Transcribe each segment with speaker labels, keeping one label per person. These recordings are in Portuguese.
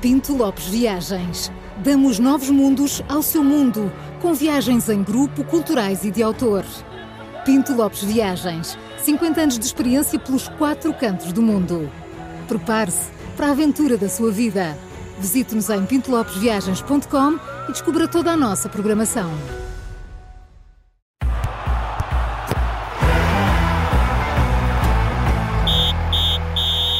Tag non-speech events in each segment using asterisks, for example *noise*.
Speaker 1: Pinto Lopes Viagens. Damos novos mundos ao seu mundo, com viagens em grupo, culturais e de autor. Pinto Lopes Viagens. 50 anos de experiência pelos quatro cantos do mundo. Prepare-se para a aventura da sua vida. Visite-nos em pintolopesviagens.com e descubra toda a nossa programação.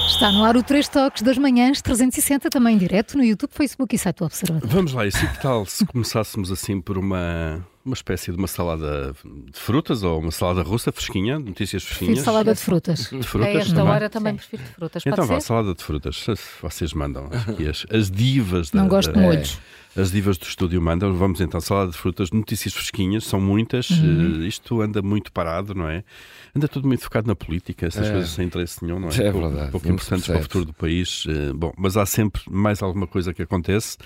Speaker 1: Está no ar o 3 Toques das Manhãs 360, também direto no YouTube, Facebook e site do Observador.
Speaker 2: Vamos lá, e se que tal se começássemos assim por uma, uma espécie de uma salada de frutas ou uma salada russa fresquinha, notícias
Speaker 1: Prefiro
Speaker 2: fresquinhas?
Speaker 1: salada de frutas.
Speaker 2: de
Speaker 3: A
Speaker 2: frutas.
Speaker 3: É, esta
Speaker 2: também?
Speaker 3: hora também prefiro de frutas.
Speaker 2: Então
Speaker 3: Pode
Speaker 2: vá,
Speaker 3: ser?
Speaker 2: salada de frutas. Se Vocês mandam aqui as, as divas da,
Speaker 1: Não gosto de
Speaker 2: da-
Speaker 1: molhos.
Speaker 2: As divas do estúdio mandam. Vamos então, salada de frutas, notícias fresquinhas, são muitas.
Speaker 4: Uhum.
Speaker 2: Eh, isto anda muito parado, não é? Anda tudo muito focado na política, essas
Speaker 4: É.
Speaker 2: coisas sem interesse nenhum, não é?
Speaker 4: É
Speaker 2: Pouco-
Speaker 4: verdade,
Speaker 2: Pouco
Speaker 4: não se
Speaker 2: importantes para o
Speaker 4: percebe.
Speaker 2: futuro do país. Eh, Bom, mas há sempre mais alguma coisa que acontece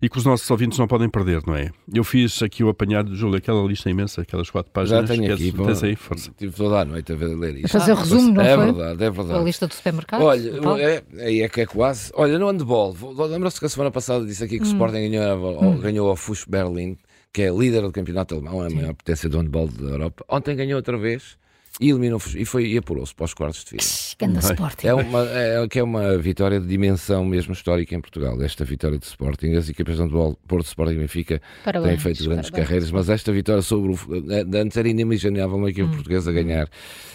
Speaker 2: e que os nossos ouvintes não podem perder, não é? Eu fiz aqui o apanhado, Júlio, aquela lista imensa, aquelas quatro páginas.
Speaker 4: Já tenho
Speaker 2: Queres-
Speaker 4: aqui. pô.
Speaker 2: Tens aí, força.
Speaker 4: Tive toda a noite a ver- a ler isto.
Speaker 1: A fazer o resumo, não
Speaker 4: é
Speaker 1: foi?
Speaker 4: verdade, é
Speaker 3: A
Speaker 4: verdade.
Speaker 3: lista do supermercado? Paulo?
Speaker 1: Então
Speaker 4: Olha, é, é, é que é quase. Olha, no handball, vou- lembra-se que a semana passada disse
Speaker 1: Hum.
Speaker 4: aqui que o Sporting ganhou, ao- ganhou ao FUS Berlim, que é líder do campeonato alemão, é a maior potência do handball da Europa. Ontem ganhou outra vez e eliminou o FUS e, foi- e apurou-se para os quartos de final.
Speaker 1: Ganda Sporting.
Speaker 4: É uma, é, que é uma vitória de dimensão mesmo histórica em Portugal. Esta vitória de Sporting, as equipas de handball, Porto Sporting e Benfica
Speaker 1: Tá
Speaker 3: Parabéns,
Speaker 4: têm feito grandes
Speaker 3: parabéns.
Speaker 4: carreiras, mas esta vitória sobre o. eh, Antes era inimaginável uma
Speaker 1: Hum.
Speaker 4: equipa portuguesa ganhar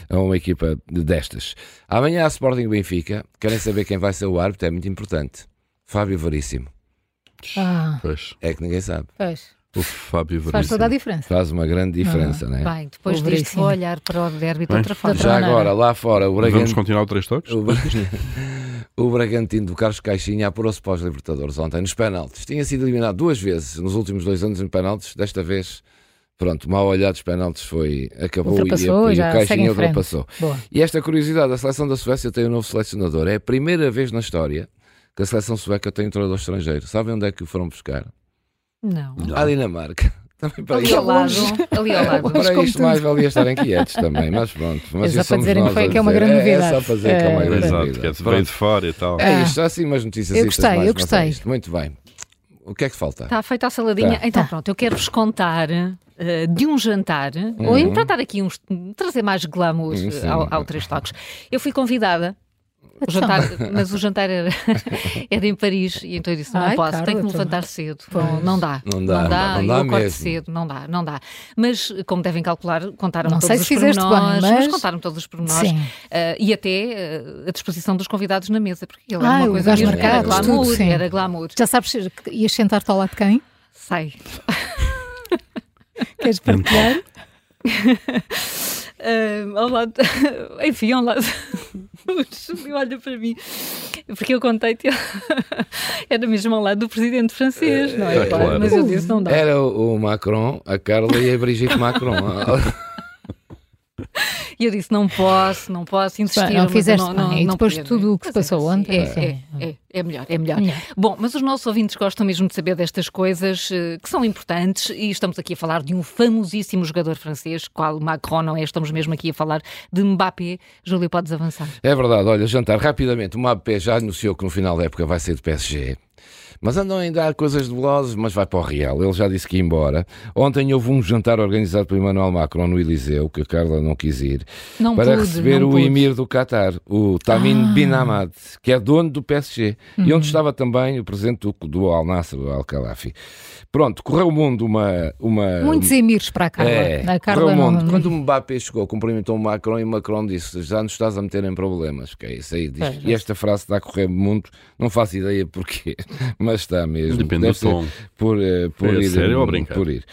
Speaker 4: a uma equipa de- destas. Amanhã há Sporting e Benfica. Querem saber quem vai ser o árbitro? É muito importante. Fábio Veríssimo.
Speaker 1: Ah,
Speaker 2: Pois,
Speaker 4: É que ninguém sabe.
Speaker 3: Pois,
Speaker 2: o Fábio
Speaker 1: faz
Speaker 2: Veríssimo.
Speaker 1: toda a diferença.
Speaker 4: Faz uma grande diferença, não é?
Speaker 3: bem, depois
Speaker 1: Pobrecinho.
Speaker 3: disto vou olhar para o derby de outra forma.
Speaker 4: Já agora, lá fora, o
Speaker 2: Vamos
Speaker 4: Bragantino.
Speaker 2: continuar o três toques?
Speaker 4: O, Bra- *laughs* o Bragantino do Carlos Caixinha apurou-se para os Libertadores ontem nos penaltis. Tinha sido eliminado duas vezes nos últimos dois anos em penaltis. Desta vez, pronto, mal olhados penaltis foi. Acabou e,
Speaker 1: Ultrapassou,
Speaker 4: e
Speaker 1: já
Speaker 4: o
Speaker 1: segue
Speaker 4: Caixinha
Speaker 1: em frente.
Speaker 4: ultrapassou.
Speaker 1: Boa.
Speaker 4: E esta curiosidade: a seleção da Suécia tem um novo selecionador. É a primeira vez na história que a seleção sueca tem um treinador estrangeiro. Sabem onde é que o foram buscar?
Speaker 3: Não.
Speaker 4: À Dinamarca. *laughs* Também para
Speaker 3: Ali
Speaker 4: isto.
Speaker 3: ao lado. Ali ao lado.
Speaker 4: Para isto mais valia estarem quietos também, mas pronto. Mas
Speaker 1: É só
Speaker 4: isso
Speaker 1: para
Speaker 4: somos
Speaker 1: dizerem que
Speaker 4: nós
Speaker 1: foi-
Speaker 4: a
Speaker 1: que é uma
Speaker 4: dizer.
Speaker 1: grande
Speaker 4: É,
Speaker 1: novidade.
Speaker 4: só para dizer que é uma
Speaker 1: É,
Speaker 4: grande
Speaker 2: Exato,
Speaker 4: novidade.
Speaker 2: que é de-
Speaker 4: Pronto.
Speaker 2: veio de fora e tal.
Speaker 4: É
Speaker 1: Ah.
Speaker 4: isto, há assim umas notícias.
Speaker 1: Eu
Speaker 4: extras,
Speaker 1: gostei,
Speaker 4: mais
Speaker 1: eu
Speaker 4: uma
Speaker 1: gostei.
Speaker 4: vez. Muito bem. O que é que falta?
Speaker 3: Está feita a saladinha.
Speaker 4: Tá.
Speaker 3: Então
Speaker 1: Tá.
Speaker 3: pronto, eu quero vos contar eh, de um jantar,
Speaker 1: Uhum.
Speaker 3: ou em tratar aqui uns, trazer mais glamour
Speaker 4: Hum, sim.
Speaker 3: eh, ao, ao Três Toques. Eu fui convidada.
Speaker 1: Então.
Speaker 3: O jantar, mas o jantar era, *laughs* era em Paris e então eu disse: não
Speaker 1: Ai,
Speaker 3: posso,
Speaker 1: Carla,
Speaker 3: tenho que me
Speaker 1: também.
Speaker 3: levantar cedo. Não, não dá,
Speaker 4: Não dá,
Speaker 3: não
Speaker 4: não dá
Speaker 3: dá, eu acordo
Speaker 4: mesmo.
Speaker 3: cedo, não dá, não dá. Mas, como devem calcular, contaram-me
Speaker 1: Não
Speaker 3: todos
Speaker 1: sei
Speaker 3: os
Speaker 1: se fizeste bem,
Speaker 3: pormenores,
Speaker 1: mas-
Speaker 3: contaram-me todos os pormenores
Speaker 1: Sim.
Speaker 3: eh, e até eh, a disposição dos convidados na mesa, porque ele era
Speaker 1: Ah,
Speaker 3: uma
Speaker 1: o
Speaker 3: coisa
Speaker 1: gás
Speaker 3: mesmo, era
Speaker 1: marcado, tudo,
Speaker 3: glamour,
Speaker 1: sim.
Speaker 3: era glamour.
Speaker 1: Já sabes que ias sentar-te ao lado de quem?
Speaker 3: Sei.
Speaker 1: Queres partilhar?
Speaker 3: Ah, ao lado. *laughs* Enfim, ao lado. O Júlio olha para mim. Porque eu contei-te. *laughs* Era mesmo ao lado do presidente francês, não é?
Speaker 2: É,
Speaker 3: Claro,
Speaker 2: claro.
Speaker 3: Mas eu disse: não dá.
Speaker 1: É.
Speaker 4: Era o o Macron, a Carla e a Brigitte Macron.
Speaker 1: *laughs*
Speaker 3: E eu disse: não posso, não posso insistir.
Speaker 1: Bem, não
Speaker 3: mas eu
Speaker 1: fizeste bem. E
Speaker 3: não
Speaker 1: depois de
Speaker 3: podia,
Speaker 1: tudo o que
Speaker 3: não
Speaker 1: se
Speaker 3: é?
Speaker 1: passou
Speaker 3: Sim,
Speaker 1: ontem,
Speaker 3: É,
Speaker 1: sim.
Speaker 3: é, é, é melhor, é melhor.
Speaker 1: Melhor.
Speaker 3: Bom, mas os nossos ouvintes gostam mesmo de saber destas coisas eh, que são importantes e estamos aqui a falar de um famosíssimo jogador francês, qual Macron não é? Estamos mesmo aqui a falar de Mbappé. Júlio, podes avançar.
Speaker 4: é verdade, olha, jantar rapidamente. O MAP já anunciou que no final da época vai ser de PSG. Mas andam ainda a coisas dolorosas, mas vai para o Real. Ele já disse que ia embora. Ontem houve um jantar organizado por Emmanuel Macron no Eliseu, que a Carla não quis ir,
Speaker 3: Não
Speaker 4: para
Speaker 3: pude,
Speaker 4: receber
Speaker 3: não
Speaker 4: o
Speaker 3: pude. Ah.
Speaker 4: emir do Qatar, o Tamim Bin Hamad, que é dono do PSG, e
Speaker 3: Uhum.
Speaker 4: onde estava também o presidente do, do Al Nasser, o Al Khalafi. Pronto, correu o mundo uma. uma
Speaker 1: Muitos emires para a Carla.
Speaker 4: é,
Speaker 1: a
Speaker 4: correu
Speaker 1: Carla
Speaker 4: o mundo.
Speaker 1: não...
Speaker 4: Quando o Mbappé chegou, cumprimentou o Macron e o Macron disse: Já nos estás a meter em problemas. Que é isso aí. Diz. e esta frase está a correr muito, não faço ideia porquê, *laughs* mas está mesmo.
Speaker 2: Depende
Speaker 4: Deve
Speaker 2: do
Speaker 4: ser
Speaker 2: tom.
Speaker 4: Por, eh, por
Speaker 2: É
Speaker 4: ir,
Speaker 2: sério ou a brincar?
Speaker 4: por ir.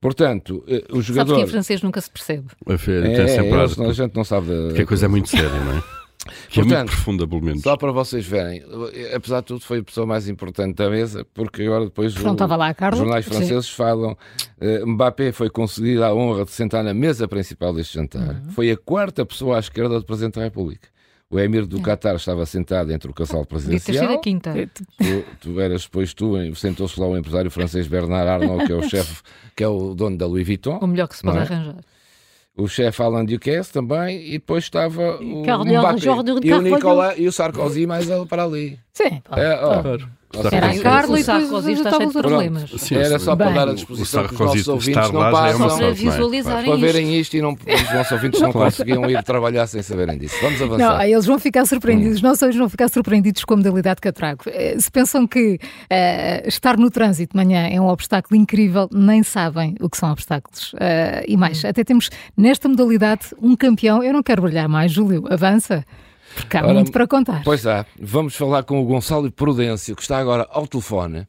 Speaker 4: Portanto, eh,
Speaker 3: Sabes
Speaker 4: o
Speaker 3: que em
Speaker 4: jogador.
Speaker 1: é
Speaker 3: francês nunca se percebe.
Speaker 2: A fe-
Speaker 4: É,
Speaker 2: tem sempre
Speaker 4: eles-
Speaker 2: ar-
Speaker 4: a gente não sabe. da-
Speaker 2: Porque a coisa é muito séria, não é? Que é muito
Speaker 4: Portanto,
Speaker 2: profunda, pelo menos.
Speaker 4: Só para vocês verem, eh, apesar de tudo, foi a pessoa mais importante da mesa, porque agora depois o-
Speaker 1: Não estava lá a Carla?
Speaker 4: os jornais
Speaker 1: Sim.
Speaker 4: franceses falam eh, Mbappé foi concedida a honra de sentar na mesa principal deste jantar. Foi a quarta pessoa à esquerda do Presidente da República. O Emir do Qatar estava sentado entre o casal
Speaker 3: Devia ter sido
Speaker 4: presidencial.
Speaker 3: a quinta.
Speaker 4: Tu, tu eras depois tu, e sentou-se lá o empresário francês Bernard Arnault, que é o chefe, que é o dono da Louis Vuitton.
Speaker 3: O melhor que se pode
Speaker 4: Não é?
Speaker 3: arranjar.
Speaker 4: o chefe Alain Duquesne também, e depois estava o
Speaker 3: Carlo
Speaker 4: Mbappé.
Speaker 3: Jordan
Speaker 4: e o
Speaker 3: Carvalho.
Speaker 4: Nicolas e o Sarkozy mais ele para ali.
Speaker 1: Sim, pá.
Speaker 4: É, ó,
Speaker 2: Está
Speaker 3: Era a
Speaker 2: Sim.
Speaker 3: Carla e
Speaker 1: O Sarkozy
Speaker 3: depois
Speaker 1: está
Speaker 3: está cheio de
Speaker 1: todo-
Speaker 3: problemas.
Speaker 2: Sim,
Speaker 4: Era
Speaker 2: sim.
Speaker 4: só para
Speaker 1: Bem.
Speaker 4: dar à
Speaker 2: O
Speaker 4: disposição que os nossos
Speaker 2: Sarkozy
Speaker 4: ouvintes
Speaker 2: estar
Speaker 4: não
Speaker 2: lá já é uma
Speaker 3: Só
Speaker 4: passam.
Speaker 2: sorte,
Speaker 3: para
Speaker 2: não é?
Speaker 3: visualizarem
Speaker 4: Para verem isto e não, os nossos ouvintes *laughs* não conseguiam ir trabalhar sem saberem disso. Vamos
Speaker 1: Não,
Speaker 4: avançar.
Speaker 1: eles vão ficar surpreendidos. Não só eles vão ficar surpreendidos com a modalidade que eu trago. Eh, Se pensam que eh, estar no trânsito de manhã é um obstáculo incrível, nem sabem o que são obstáculos. Eh, e mais, até temos nesta modalidade um campeão. Eu não quero brilhar mais, Júlio. Avança, porque há
Speaker 4: Ora,
Speaker 1: muito para contar.
Speaker 4: Pois há, vamos falar com o Gonçalo Prudêncio, que está agora ao telefone.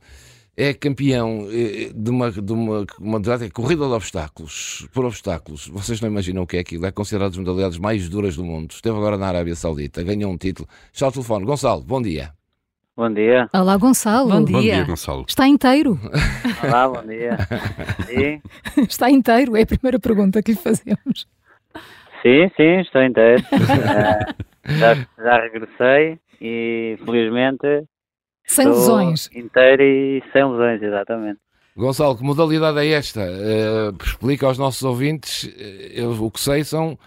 Speaker 4: É campeão eh, de uma, de uma, uma modalidade que é corrida de obstáculos, por obstáculos. Vocês não imaginam o que é aquilo. É considerado das modalidades mais duras do mundo. Esteve agora na Arábia Saudita, ganhou um título. Está ao telefone. Gonçalo, bom dia.
Speaker 5: Bom dia.
Speaker 1: Olá, Gonçalo.
Speaker 3: Bom
Speaker 2: Bom dia,
Speaker 3: Dia.
Speaker 2: Gonçalo.
Speaker 1: Está inteiro?
Speaker 5: Olá, bom dia. Sim,
Speaker 1: Está inteiro? É a primeira pergunta que lhe fazemos.
Speaker 5: sim, sim estou inteiro. Eh, já, já regressei e felizmente
Speaker 1: Sem
Speaker 5: estou
Speaker 1: lesões.
Speaker 5: inteiro e sem lesões, exatamente.
Speaker 4: Gonçalo, que modalidade é esta? Eh, explica aos nossos ouvintes, eh, eu, o que sei são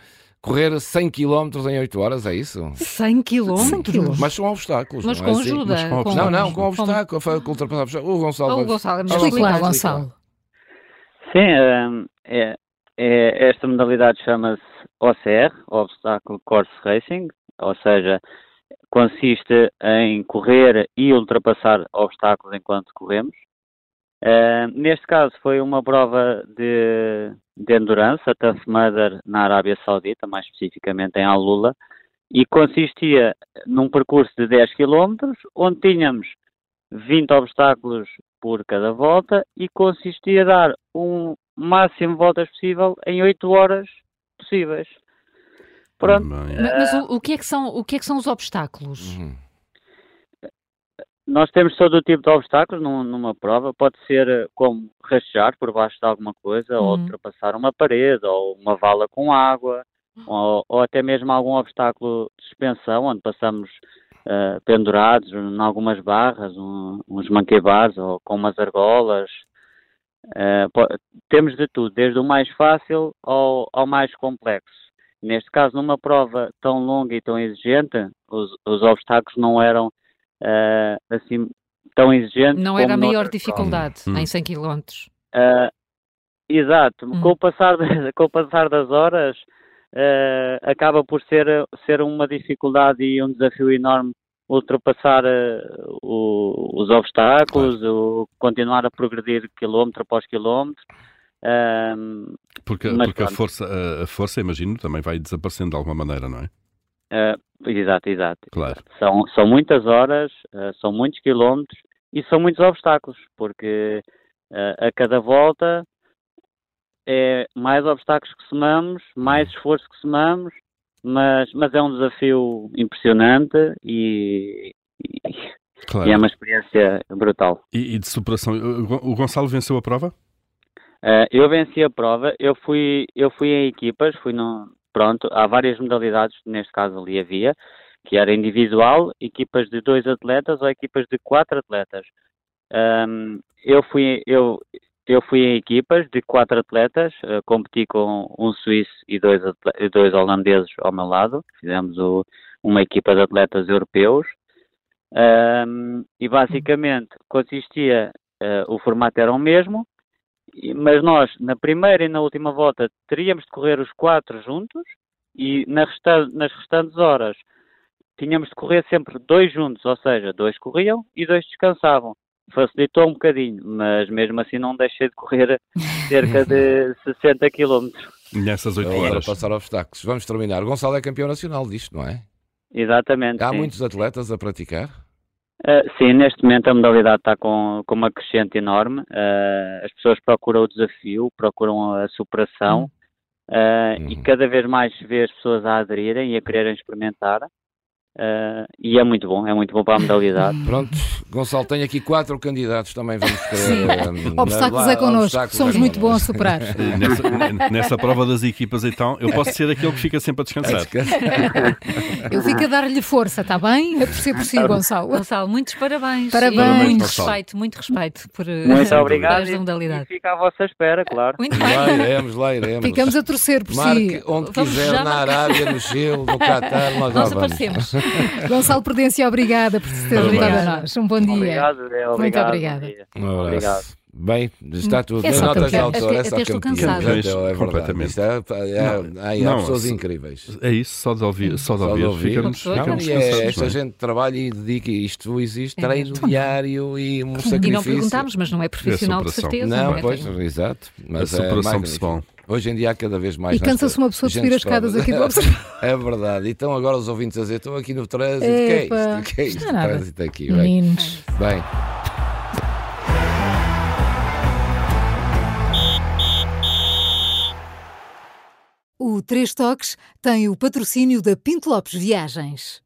Speaker 4: correr 100 km em 8 horas, é isso?
Speaker 3: 100
Speaker 1: 100 quilómetros.
Speaker 3: quilómetros.
Speaker 4: Mas são obstáculos,
Speaker 3: Mas
Speaker 4: não é
Speaker 3: com
Speaker 4: assim?
Speaker 3: ajuda.
Speaker 2: mas com
Speaker 4: Não, não, com
Speaker 3: com-
Speaker 4: obstáculo, a fa- ultrapassar obstáculo. O Gonçalo,
Speaker 3: Oh,
Speaker 4: vai-
Speaker 3: Gonçalo,
Speaker 4: Ah,
Speaker 1: Explique lá,
Speaker 4: explica.
Speaker 1: Gonçalo.
Speaker 5: Sim, eh, é, é- esta modalidade chama-se OCR, Obstacle Course Racing, ou seja, consiste em correr e ultrapassar obstáculos enquanto corremos. Eh, neste caso foi uma prova de, de endurance, a Tough Mudder na Arábia Saudita, mais especificamente em Alula, e consistia num percurso de 10 km, onde tínhamos 20 obstáculos por cada volta e consistia a dar o máximo de voltas possível em 8 horas possíveis. Pronto,
Speaker 2: Bem,
Speaker 3: Mas, mas o, o que é que são, o que é que são os obstáculos?
Speaker 4: Uhum.
Speaker 5: Nós temos todo o tipo de obstáculos num- numa prova. Pode ser eh, como rastejar por baixo de alguma coisa, ou
Speaker 3: Uhum.
Speaker 5: ultrapassar uma parede, ou uma vala com água, ou, ou até mesmo algum obstáculo de suspensão, onde passamos eh, pendurados em algumas barras, um- uns manquebars, ou com umas argolas. Eh, po- temos de tudo, desde o mais fácil ao, ao mais complexo. Neste caso, numa prova tão longa e tão exigente, os, os obstáculos não eram eh, assim tão exigentes.
Speaker 3: Não era
Speaker 5: como
Speaker 3: a maior
Speaker 5: noutras
Speaker 3: dificuldade
Speaker 2: Hum.
Speaker 3: em 100 quilómetros.
Speaker 5: provas. Eh, exato,
Speaker 3: Hum.
Speaker 5: com, o passar, da- *laughs* com o passar das horas, eh, acaba por ser, ser uma dificuldade e um desafio enorme ultrapassar eh, o- os obstáculos, o, continuar a progredir quilómetro após Ah, quilómetro. Ahm,
Speaker 2: Porque,
Speaker 5: mas
Speaker 2: porque a,
Speaker 5: pronto.
Speaker 2: força, a- a força, imagino, também vai desaparecendo de alguma maneira, não é?
Speaker 5: eh, exato, exato.
Speaker 2: Claro.
Speaker 5: São, são muitas horas, eh, são muitos quilómetros e são muitos obstáculos, porque eh, a cada volta é mais obstáculos que somamos, mais esforço que somamos, mas, mas é um desafio impressionante e, e-
Speaker 2: claro.
Speaker 5: e é uma experiência brutal.
Speaker 2: E, e de superação. O Gon- o Gonçalo venceu a prova?
Speaker 5: Eh, eu venci a prova, eu fui, eu fui em equipas, fui no, pronto, há várias modalidades, neste caso ali havia, que era individual, equipas de dois atletas ou equipas de quatro atletas. Ahm, eu fui, eu, eu fui em equipas de quatro atletas, eh, competi com um suíço e dois, atle- e dois holandeses ao meu lado, fizemos o- uma equipa de atletas europeus, Ahm, e basicamente consistia, eh, o formato era o mesmo, e- mas nós, na primeira e na última volta, teríamos de correr os quatro juntos e na resta- nas restantes horas tínhamos de correr sempre dois juntos, ou seja, dois corriam e dois descansavam. Facilitou um bocadinho, mas mesmo assim não deixei de correr cerca de 60 quilómetros.
Speaker 2: Nessas
Speaker 4: É
Speaker 2: oito horas.
Speaker 4: ultrapassar obstáculos. Vamos terminar. Gonçalo é campeão nacional disto, não é?
Speaker 5: Exatamente.
Speaker 4: Há
Speaker 5: sim.
Speaker 4: muitos atletas a praticar.
Speaker 5: Uh, sim, neste momento a modalidade está com, com uma crescente enorme. Uh, as pessoas procuram o desafio, procuram a superação uh, e
Speaker 4: Uhum.
Speaker 5: cada vez mais se vê as pessoas a aderirem e a quererem experimentar. Uh, e é muito bom, é muito bom para
Speaker 1: *laughs*
Speaker 5: a modalidade.
Speaker 4: Pronto, Gonçalo, tenho aqui quatro candidatos também. Vamos
Speaker 1: Sim.
Speaker 4: querer.
Speaker 1: *laughs*
Speaker 4: hum,
Speaker 1: Obstáculos
Speaker 4: lá-
Speaker 1: é connosco.
Speaker 4: obstáculos
Speaker 1: Somos
Speaker 4: é
Speaker 1: muito bons a
Speaker 4: connosco.
Speaker 1: superar.
Speaker 2: E Nessa, n- nessa prova das equipas, então, eu posso ser aquele que fica sempre a
Speaker 4: É
Speaker 2: descansar.
Speaker 1: Eu fico a dar-lhe força, está bem? A torcer por si, Gonçalo.
Speaker 3: Gonçalo, muitos parabéns.
Speaker 1: Parabéns.
Speaker 3: E muito
Speaker 2: Gonçalo.
Speaker 3: respeito, muito respeito por eh,
Speaker 4: é
Speaker 5: Muito
Speaker 3: por
Speaker 5: obrigado
Speaker 3: esta
Speaker 5: e, e
Speaker 3: modalidade.
Speaker 5: fica à vossa espera, claro.
Speaker 3: *laughs* Muito bem.
Speaker 4: Lá iremos, lá iremos.
Speaker 1: Ficamos a torcer por
Speaker 4: Marque
Speaker 1: si.
Speaker 4: onde
Speaker 3: Vamos
Speaker 4: quiser,
Speaker 3: já
Speaker 4: na
Speaker 3: marcar.
Speaker 4: Arábia, no Chile, no Catar, nós já
Speaker 3: Nós
Speaker 4: vamos.
Speaker 3: aparecemos.
Speaker 1: Gonçalo Prudência, obrigada por se ter juntado a
Speaker 3: Obrigada.
Speaker 1: nós. Um bom Bom dia.
Speaker 5: Obrigado, Adel, obrigado.
Speaker 1: obrigada.
Speaker 5: bom dia.
Speaker 4: Um
Speaker 5: Obrigado.
Speaker 4: abraço. Bem, está tudo.
Speaker 3: É
Speaker 4: Nas
Speaker 3: só
Speaker 4: notas
Speaker 3: campeão.
Speaker 4: de autor,
Speaker 3: Até-
Speaker 4: é só
Speaker 3: até estou
Speaker 4: campeão.
Speaker 3: cansada.
Speaker 4: Campeão, É verdade.
Speaker 2: Completamente.
Speaker 4: Isto é, é, há- há
Speaker 2: não,
Speaker 4: pessoas
Speaker 2: se-
Speaker 4: incríveis.
Speaker 2: É isso, só de ouvir, só de
Speaker 4: Só de
Speaker 2: ouvir,
Speaker 4: ouvir.
Speaker 2: ficamos,
Speaker 3: Uma pessoa
Speaker 4: Não,
Speaker 2: ficamos
Speaker 4: e é,
Speaker 2: cansados, não
Speaker 4: esta
Speaker 2: é?
Speaker 4: gente trabalha e dedica isto, existe
Speaker 3: É
Speaker 4: treino
Speaker 3: mesmo.
Speaker 4: diário e um
Speaker 3: E não
Speaker 4: sacrifício.
Speaker 3: perguntámos, mas não é profissional de
Speaker 2: Essa operação.
Speaker 3: certeza.
Speaker 4: Não,
Speaker 3: é?
Speaker 4: pois,
Speaker 3: Tem-
Speaker 4: exato.
Speaker 2: A
Speaker 4: Mas é
Speaker 2: superação
Speaker 4: magnífico.
Speaker 2: pessoal.
Speaker 4: Hoje em dia há cada vez mais.
Speaker 1: E
Speaker 4: nesta-
Speaker 1: cansa-se uma pessoa de
Speaker 4: gente
Speaker 1: subir as escadas
Speaker 4: *laughs* toda.
Speaker 1: aqui do observatório.
Speaker 4: É verdade. Então agora os ouvintes a dizer: estou aqui no trânsito. O que é
Speaker 1: Epa.
Speaker 4: isto? O que é isto?
Speaker 3: Não é
Speaker 4: O
Speaker 3: nada.
Speaker 4: trânsito aqui. Bem,
Speaker 1: Meninos.
Speaker 4: bem.
Speaker 1: O Três Toques tem o patrocínio da Pinto Lopes Viagens.